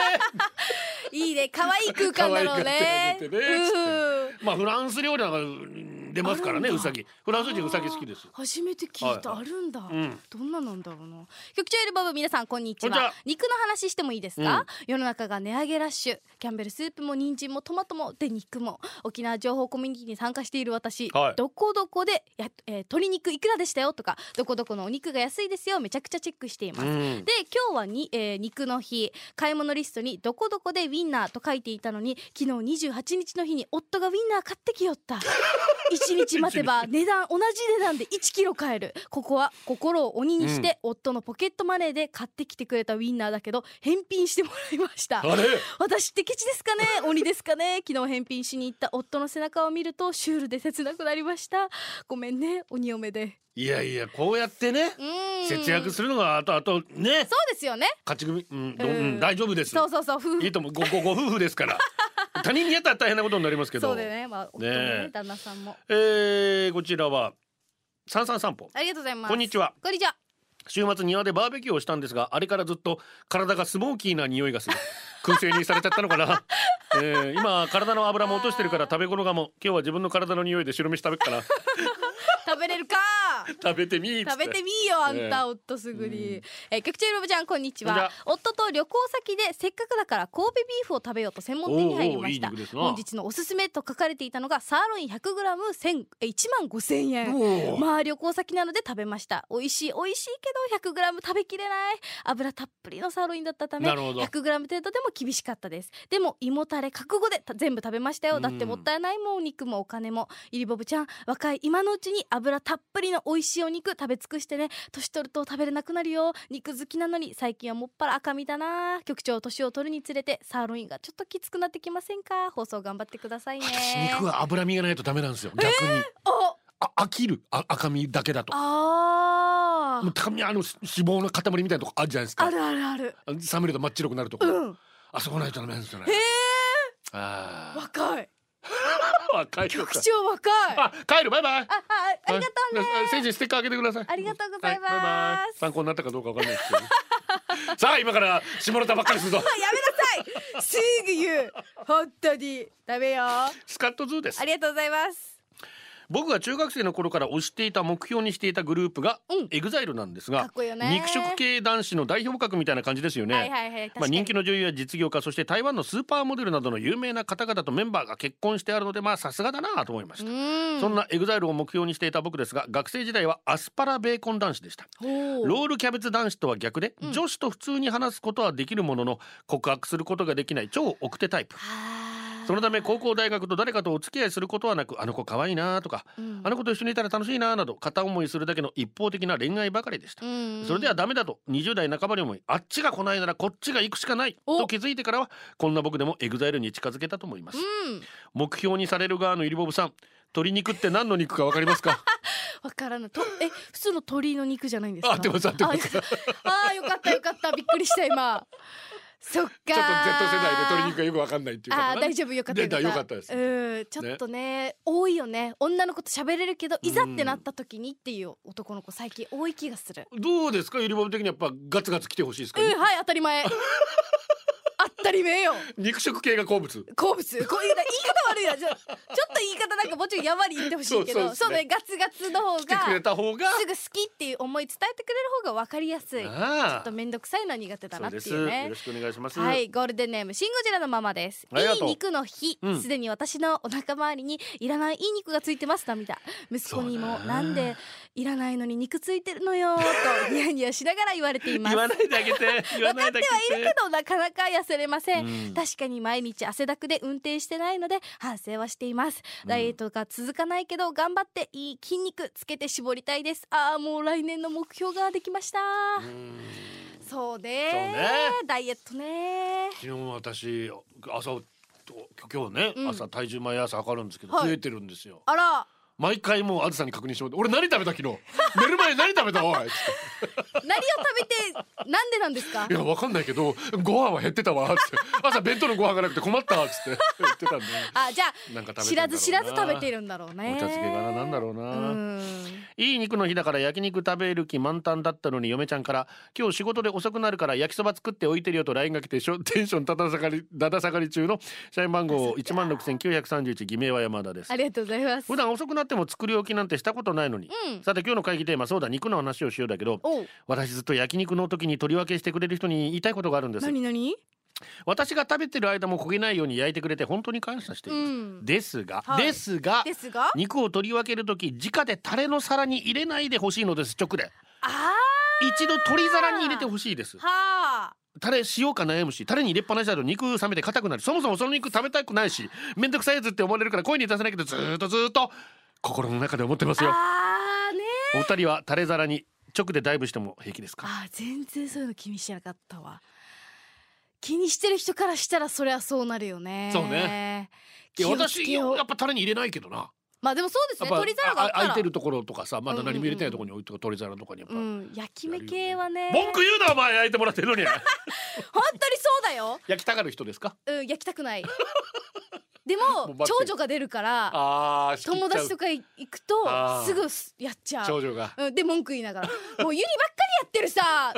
いいね可愛い空間だろうね。可愛い空間だねう ん。まあフランス料理なんかうん出ますからあねるんウだサギフランス人ウサギ好きです初めて聞いた、はあいはるんだ、うんどんななんだろうな局長よりボブ皆さんこんにちこんにちはは肉の話してもいいですか、世の中が値上げラッシュキャンベルスープも人参もトマトもで肉も沖縄情報コミュニティに参加している私、はいどこどこでや、えー鶏肉いくらでしたよとかどこどこのお肉が安いですよめちゃくちゃチェックしています、うんで今日はに、えー肉の日買い物リストにどこどこでウィンナーと書いていたのに昨日28日の日に夫がウィンナー買ってきよった 一日待てば値段同じ値段で1キロ買えるここは心を鬼にして、夫のポケットマネーで買ってきてくれたウィンナーだけど返品してもらいましたあれ私ってケチですかね鬼ですかね昨日返品しに行った夫の背中を見るとシュールで切なくなりましたごめんね鬼嫁でいやいやこうやってねうーん節約するのがあとあとねそうですよね勝ち組うん、どうんうん、大丈夫ですそうそうそう夫婦いいともごごご夫婦です から他人にやったら大変なことになりますけどそうだよね、まあ、夫もねねえ、旦那さんも。えーこちらは三三散歩ありがとうございます。こんにちは。こんにちは。週末庭でバーベキューをしたんですがあれからずっと体がスモーキーな匂いが する燻製にされちゃったのかな、え ー今体の油も落としてるから食べ頃がもう今日は自分の体の匂いで白飯食べっかな食べれ るか食べてみーっつっ食てべてみーよあんた、ええ夫すぐうにん、えー、局長ロブちゃんこんにちはこんにち夫と旅行先でせっかくだから神戸ビーフを食べようと専門店に入りましたおーおーいい肉ですな本日のおすすめと書かれていたのがサーロイン 100g1 万5000円おーまあ旅行先なので食べました美味しい美味しいけど 100g 食べきれない油たっぷりのサーロインだったためなるほど 100g 程度でも厳しかったですでも胃もたれ覚悟でた全部食べましたうよんだってもったいないもんお肉もお金もゆりぼぶちゃん若い今のうちに油たっぷりの美味しいお肉食べ尽くしてね年取ると食べれなくなるよ肉好きなのに最近はもっぱら赤身だな局長年を取るにつれてサーロインがちょっときつくなってきませんか放送頑張ってくださいね私肉は脂身がないとダメなんですよ逆に、ああ飽きるあ赤身だけだとあもうーたまにあのし脂肪の塊みたいなとこあるじゃないですかあるあるある冷めると真っ白くなるとこ、うんあそこないとダメなんですよねへえあ若いあ若いのか口調若いあ帰るバイバイああありがとうねはい先生ステッカーあげてくださいありがとうございまはすバイバイ参考になったかどうかわかんないです けどさあ今から下ネタばっかりするぞやめなさいすぐ言う本当にダメよあスカットズーですりがとうございます僕が中学生の頃から推していた目標にしていたグループがうんエグザイルなんですかがっこいいよね肉食系男子の代表格みたいな感じですよね、はいはいはい確まかあ、に、人気の女優や実業家そして台湾のスーパーモデルなどの有名な方々とメンバーが結婚してあるのでまあさすがだなと思いました、うんそんなエグザイルを目標にしていた僕ですが学生時代はアスパラベーコン男子でしたほうロールキャベツ男子とは逆で、うん女子と普通に話すことはできるものの告白することができない超奥手タイプあーそのため高校大学と誰かとお付き合いすることはなくあの子可愛いなとかうんあの子と一緒にいたら楽しいななど片思いするだけの一方的な恋愛ばかりでしたうんそれではダメだと20代半ばに思いあっちが来ないならこっちが行くしかないおと気づいてからはこんな僕でもエグザイルに近づけたと思いますうん目標にされる側のイリボブさん鶏肉って何の肉かわかります かわからないとえ普通の鳥の肉じゃないんですかあ合ってます合ってますあよかったあーよかったよかったびっくりした今そっかちょっと Z 世代で鶏肉がよくわかんないっていう方あがーね大丈夫よかった出たよかったですうんちょっとね多いよね女の子と喋れるけどいざってなった時にっていう男の子最近多い気がするどうですかイリボブ的にやっぱガツガツ来てほしいですか、うんはい当たり前 当たり前よ肉食系が好物好物こういう言い方悪いなちょちょっと言い方なんかもうちょいやばり言ってほしいけどそうそうそうですねガツガツの方来てくれがた方がすぐ好きっていう思い伝えてくれる方が分かりやすいちょああっと面倒くさいのは苦手だそなうってでいすうよねろしくお願いします、はいゴールデンネームシン・ゴジラのママですありがいという肉の日うんすで、に私のお腹周りにいらないいい肉がついてます涙息子にそもうねなんでいらないのに肉ついてるのよ とニヤニヤしながら言われています言わないであげて言わないで あげけてどなかなか痩せれません、うん確かに毎日汗だくで運転してないので反省はしていますダイエットが続かないけど頑張っていい筋肉つけて絞りたいですああもう来年の目標ができました、そうねそうねダイエットね昨日私朝今日ね、うん朝体重毎朝測るんですけど、はい増えてるんですよあら毎回もうあずさんに確認してもらって俺何食べた昨日 寝る前に何食べたおいつっ何を食べてなんでなんですかていやわかんないけどご飯は減ってたわつって朝弁当のご飯がなくて困ったつって言ってたんであじゃなんか食べてんだろあうな知らず知らず食べてるんだろうねお茶漬けがななんだろううな、んいい肉の日だから焼肉食べる気満タンだったのに嫁ちゃんから「今日仕事で遅くなるから焼きそば作っておいてるよ」と LINE が来てしょ テンションただ下がりだだ下がり中の社員番号16,931偽名は山田ですありがとうございます普段遅くなっても作り置きなんてしたことないのに、うんさて今日の会議テーマそうだ肉の話をしようだけどおう私ずっと焼肉の時に取り分けしてくれる人に言いたいことがあるんです何何私が食べてる間も焦げないように焼いてくれて本当に感謝しています、うんですが、はいですがですが肉を取り分ける時直でタレの皿に入れないでほしいのです直であ一度取り皿に入れてほしいですあはあタレしようか悩むしタレに入れっぱなしだと肉冷めて硬くなるそもそもその肉食べたくないしめんどくさいやつって思われるから声に出せないけどずーっとずーっと心の中で思ってますよああねお二人はタレ皿に直でダイブしても平気ですかあー全然そういうの気にしてなかったわ気にしてる人からしたらそりゃそうなるよねそうねい気やをつ私けやようっぱタレに入れないけどなまあでもそうですやっねぱ鳥皿がああったら空いてるところとかさまだうんうん何うんも入れてないところに置いとく取り皿とかにやっぱ、うん焼き目系はね文句言うなお前焼いてもらってるのに本当にそうだよ焼きたがる人ですかうん焼きた くないでもう待もって長女が出るからああ 友達とか行くとあーすぐすやっちゃ少う、女が うん、で文句言いながらもうユニばっかりややってるさ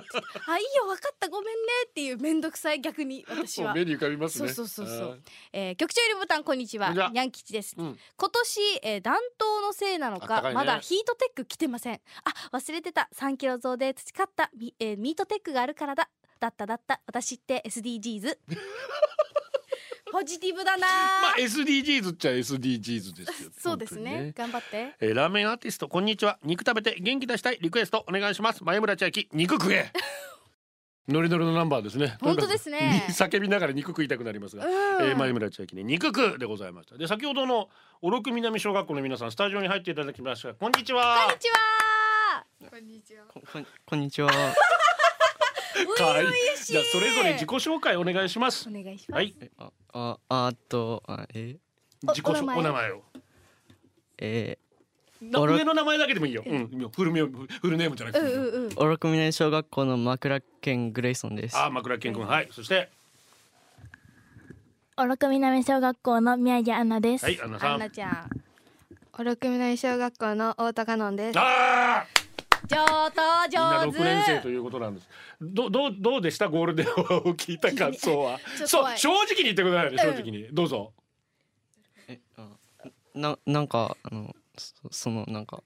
あいいよ分かったごめんねっていう面倒くさい逆に私もうは目に浮かびますそうねそうそうそあう、えー、局長よりボタンこんにちこんはにちはにゃん吉です、うん今年、えー暖冬のせいなあのっかたかいねまだヒートテック着てませんあ忘れてた3キロ増で培ったミ,、えーミートテックがあるからだだっただった私って SDGs ポジティブだな、まあ SDGs っちゃ SDGs ですよ そうです本当にね頑張ってえーラーメンアーティストこんにちは肉食べて元気出したいリクエストお願いします前村千秋肉食 えノリノリのナンバーですね本当ですねとにかく叫びながら肉食いたくなりますが、うんえー前村千秋ね肉食うでございましたで先ほどの小六南小学校の皆さんスタジオに入っていただきましたこんにちはこんにちはこんにちはここんこんにちは。かいじゃあそれぞれ自己紹介お願いしますお願いします、はいえあああーっとあえお自己紹お名前お名前をえなおろ上の名前だけでもいいよ、うん、フルネームフルネームじゃなくうてんいいよ、うんうんー、おろくみね小学校の枕県グレイソンです。あー枕健君はいそしておろくみなみ小学校の宮城アンナです。はいアンナさアんンナちゃんおろくみのり小学校の太田香音です。あー上等みんな上六年生手ということなんです。どどうどうでしたゴールデンを聞いた感想は。 ちょっとそう怖い正直に言ってくださいね正直に、どうぞ。えあななんかあのそそのなんか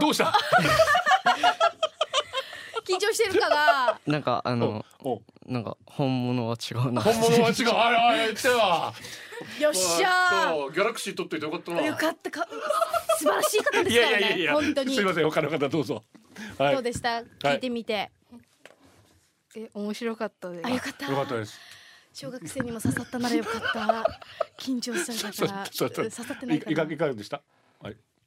どうした？緊張してるか ななんかあのおおなんか本物は違うな。本物 は違う。あれあれ言っては。よっしゃーそうギャラクシー取っといてよかったな。よかったか素晴らしい方でいすやかいやらいやいねや。本当にすいません他の方どうぞ。はい。どうよでした聞いてみてえ、面白かったですあ。よかったかったです。小学生にも刺さったならよかった緊張しちゃうからそうそう刺さってないいかかないかがでした？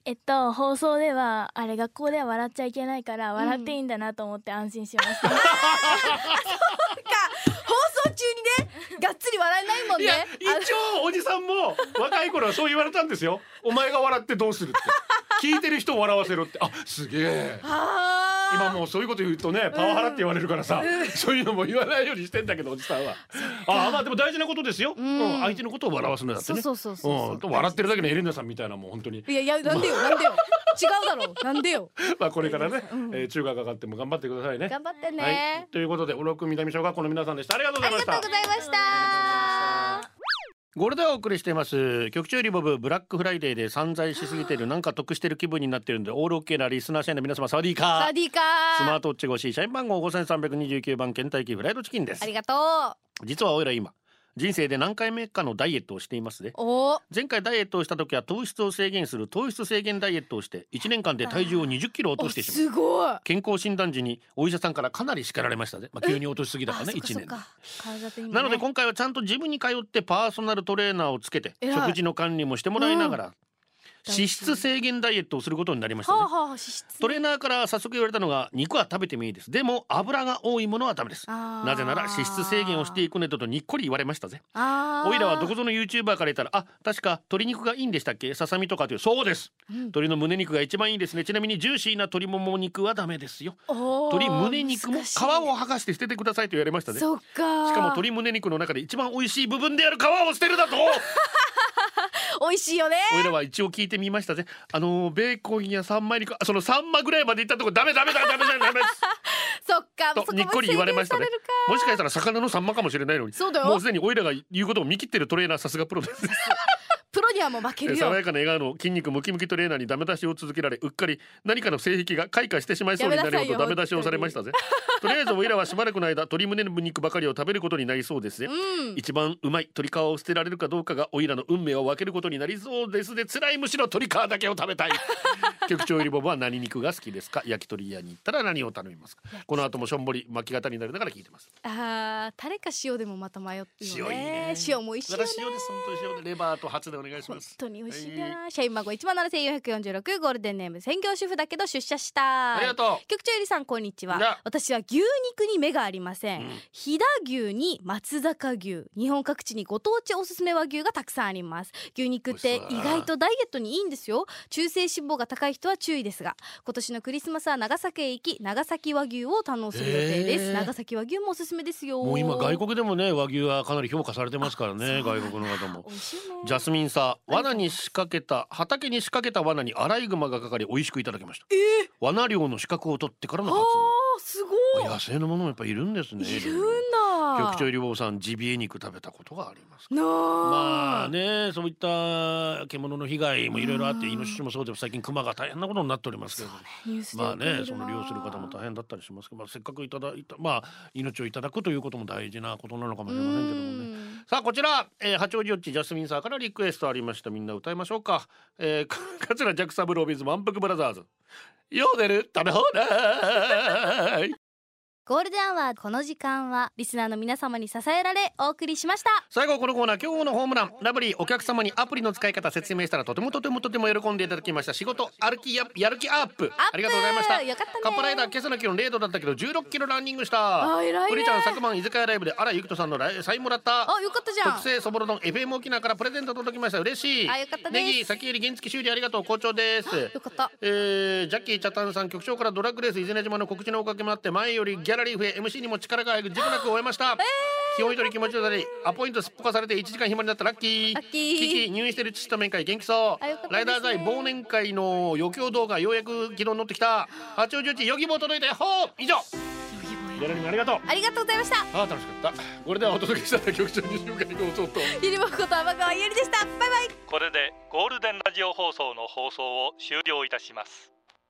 えっと、放送では、あれ学校では笑っちゃいけないから、笑っていいんだなと思って安心しました。放送中にねがっつり笑えないもんいやね一応おじさんも若い頃はそう言われたんですよ。お前が笑ってどうするって。聞いてる人を笑わせろって。あすげえ。あ今もうそういうこと言うとねパワハラって言われるからさ、そういうのも言わないようにしてんだけどおじさんは。ああまあでも大事なことですよ、んうん相手のことを笑わすのだってそうね。そうそうそううん笑ってるだけのエレナさんみたいなもん本当にいやいやなんでよなんでよ違うだろうなんでよまあこれからね、えー中学上がっても頑張ってくださいね。 頑張ってはいね、ということで小六南小学校の皆さんでしたありがとうございました。ありがとうございましたゴールデンをお送りしています局長リボブブラックフライデーで散財しすぎてるなんか得してる気分になってるんでオールオッケーなリスナー社員の皆様サワディーカーサディーカスマーートウォッチ越し社員番号5329番ケンタッキーフライドチキンですありがと実はおいら今人生で何回目かのダイエットをしていますねうおー前回ダイエットをした時は糖質を制限する糖質制限ダイエットをして1年間で体重を2 0キロ落としてしまうすごい健康診断時にお医者さんからかなり叱られましたね、まあ、急に落としすぎだからねあそ1っ年かそっか体的にねなので今回はちゃんとジムに通ってパーソナルトレーナーをつけて偉い食事の管理もしてもらいながらうん脂質制限ダイエットをすることになりましたはあねはあ脂質ねトレーナーから早速言われたのが肉は食べてもいいですでも油が多いものはダメですあーなぜなら脂質制限をしていくねととにっこり言われましたぜあーおいらはどこぞの YouTuber から言ったらあ確か鶏肉がいいんでしたっけささみとかというそうです、鶏の胸肉が一番いいですねちなみにジューシーな鶏もも肉はダメですよおー鶏胸肉も難皮しいを剥がして捨ててくださいと言われましたねしかそっかも鶏胸肉の中で一番美味しい部分である皮を捨てるだと美味しいよねおいらは一応聞いてみましたぜあのーベーコンや三枚肉あその三枚ぐらいまでいったとこダメダメダメダメダメダメですそっかそとこにっこり言われましたね制限さるかもしかしたら魚のサンマかもしれないのにそうだよもうすでにオイラが言うことを見切ってるトレーナーさすがプロですプロにはもう負ける爽よやかな笑顔の筋肉ムキムキトレーナーにダメ出しを続けられうっかり何かの性癖が開花してしまいそうになるほどダメやめ出なしさいをよされましたぜとりあえずおいらはしばらくの間鶏胸の肉ばかりを食べることになりそうですね、うん一番うまい鶏皮を捨てられるかどうかがおいらの運命を分けることになりそうですで辛いむしろ鶏皮だけを食べ たい局長よりボブは何肉が好きですか焼き鳥屋に行ったら何を頼みますかこの後もしょんぼり巻き方になりながら聞いてますあータレか塩でもまた迷ってるよ塩いいねね塩も美味しいよね私塩です本当に塩でレバーと初でお願いし本ます当に美味しいんだよな、社員番号一万七千四百四十六ゴールデンネーム専業主婦だけど出社したありがとう局長ゆりさんこんにちじゃはあ私は牛肉に目がありません、うん飛騨牛に松坂牛日本各地にご当地おすすめ和牛がたくさんあります牛肉って意美味しそうだな外とダイエットにいいんですよ中性脂肪が高い人は注意ですが今年のクリスマスは長崎へ行き長崎和牛を堪能する予定です、へー長崎和牛もおすすめですよもう今外国でもね和牛はかなり評価されてますからね外国の方も美味しいよねジャスミン品さ罠に仕掛けた畑に仕掛けた罠にアライグマがかかり美味しくいただきました、罠漁の資格を取ってからの発あすごい明野生のものもやっぱいるんですねいるんだ局長りぼうさんジビエ肉食べたことがありますなまあねそういった獣の被害もいろいろあってイノシシもそうでも最近クマが大変なことになっておりますけどニュースでまあねよくそ見るの利用する方も大変だったりしますけど、まあ、せっかくいただいたまあ命をいただくということも大事なことなのかもしれませんけどもねさあこちら、えー八王子よっちジャスミンさんからリクエストありましたみんな歌いましょうか、えー、 か桂ジャックサブロービーズ満腹ブラザーズヨーデル食べ放題ゴールデンアワーこの時間はリスナーの皆様に支えられお送りしました最後このコーナー今日のホームランラブリーお客様にアプリの使い方説明したらとてもとてもとても喜んでいただきました仕事歩きややる気アップありがとうございましたよかったねカップライダー今朝の気温0度だったけど16キロランニングしたあ偉いねプリちゃん昨晩居酒屋ライブで荒井由紀人さんのライサインもらったあよかったじゃん特製そぼろ丼 FM 沖縄からプレゼント届きました嬉しいあよかったですネギ先入り原付修理ありがとう好調ですよかったえージャッキー・チャタンさん局長からドラッグレース伊是名島の告知のおかげもあって前よりギャラリー増え MC にも力が入る事故なく終えました、気温一人気持ちよさりアポイントすっぽかされて1時間暇になったラッキーラッキーキキ入院してる父と面会元気そう、あよかったですねライダー財忘年会の余興動画ようやく昨日乗ってきた八王子よちヨギボー届いたよほー以上ギャラリーもありがとうありがとうございましたあー楽しかったこれではお届けしたのは局長西岡にごととゆりぼくこと天川ゆりでしたバイバイこれでゴールデンラジオ放送の放送を終了いたします